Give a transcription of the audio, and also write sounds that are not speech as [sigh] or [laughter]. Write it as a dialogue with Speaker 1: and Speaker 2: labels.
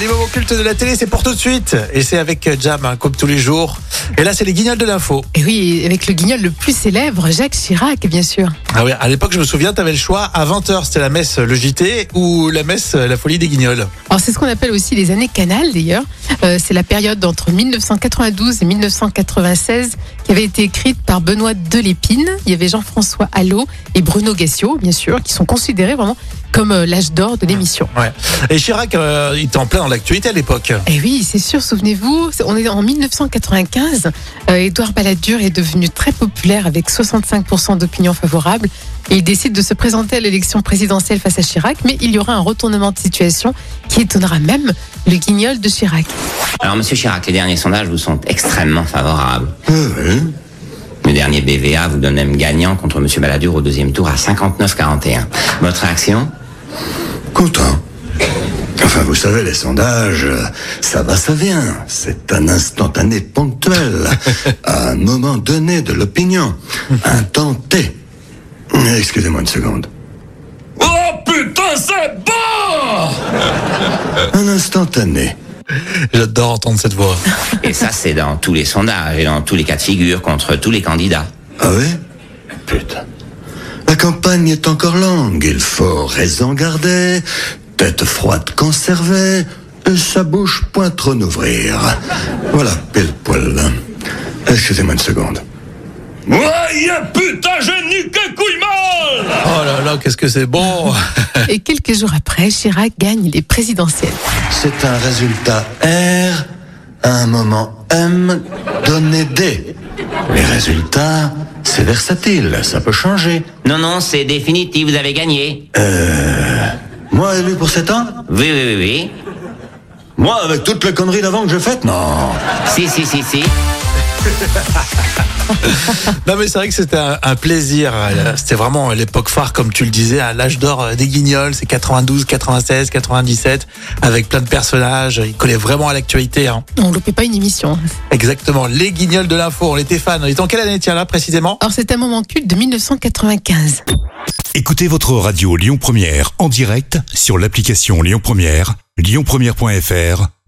Speaker 1: Les moments cultes de la télé, c'est pour tout de suite. Et c'est avec Jam, hein, comme tous les jours. Et là, c'est les guignols de l'info.
Speaker 2: Et oui, avec le guignol le plus célèbre, Jacques Chirac, bien sûr.
Speaker 1: Ah oui, à l'époque, je me souviens, t'avais le choix. À 20h, c'était la messe Le JT ou la messe euh, La Folie des Guignols.
Speaker 2: Alors c'est ce qu'on appelle aussi les années canal d'ailleurs. Euh, c'est la période entre 1992 et 1996 qui avait été écrite par Benoît Delépine. Il y avait Jean-François Allot et Bruno Gassio, bien sûr, qui sont considérés vraiment comme euh, l'âge d'or de l'émission.
Speaker 1: Ouais. Et Chirac, euh, il était en plein dans l'actualité à l'époque.
Speaker 2: Et Eh oui, c'est sûr, souvenez-vous, c'est- on est en 1995. euh, Édouard Balladur est devenu très populaire avec 65% d'opinion favorable. Et il décide de se présenter à l'élection présidentielle face à Chirac, mais il y aura un retournement de situation qui étonnera même le guignol de Chirac.
Speaker 3: Alors, monsieur Chirac, les derniers sondages vous sont extrêmement favorables.
Speaker 4: Euh, hein,
Speaker 3: Le dernier BVA vous donne même gagnant contre monsieur Balladur au deuxième tour à 59-41. Votre réaction
Speaker 4: Content. Enfin, vous savez, les sondages, euh, ça va, ça vient. C'est un instantané ponctuel, à un moment donné de l'opinion, un temps T. Excusez-moi une seconde. Oh putain, c'est bon Un instantané.
Speaker 1: J'adore entendre cette voix.
Speaker 3: Et ça, c'est dans tous les sondages et dans tous les cas de figure contre tous les candidats.
Speaker 4: Ah oui Putain. La campagne est encore longue, il faut raison garder, tête froide conservée, et sa bouche point trop n'ouvrir. Voilà, pile poil. Excusez-moi une seconde.
Speaker 1: Oh là là, qu'est-ce que c'est bon [laughs]
Speaker 2: Et quelques jours après, Chirac gagne les présidentielles.
Speaker 4: C'est un résultat R à un moment M donné D. Les résultats, c'est versatile, ça peut changer.
Speaker 3: Non, non, c'est définitif, vous avez gagné.
Speaker 4: Moi élu pour 7 ans
Speaker 3: Oui, oui, oui, oui.
Speaker 4: Moi avec toutes les conneries d'avant que j'ai faites Non
Speaker 3: Si, si, si, si.
Speaker 1: Non mais c'est vrai que c'était un, un plaisir. Euh, C'était vraiment l'époque phare, comme tu le disais, à l'âge d'or euh, des Guignols. C'est 92, 96, 97, avec plein de personnages. Il collait vraiment à l'actualité. hein.
Speaker 2: On ne loupait pas une émission.
Speaker 1: Exactement, les Guignols de l'info. On était fans. On était en quelle année, tiens là, précisément
Speaker 2: Or, c'est un moment culte de 1995.
Speaker 5: Écoutez votre radio Lyon Première en direct sur l'application Lyon Première, lyonpremière.fr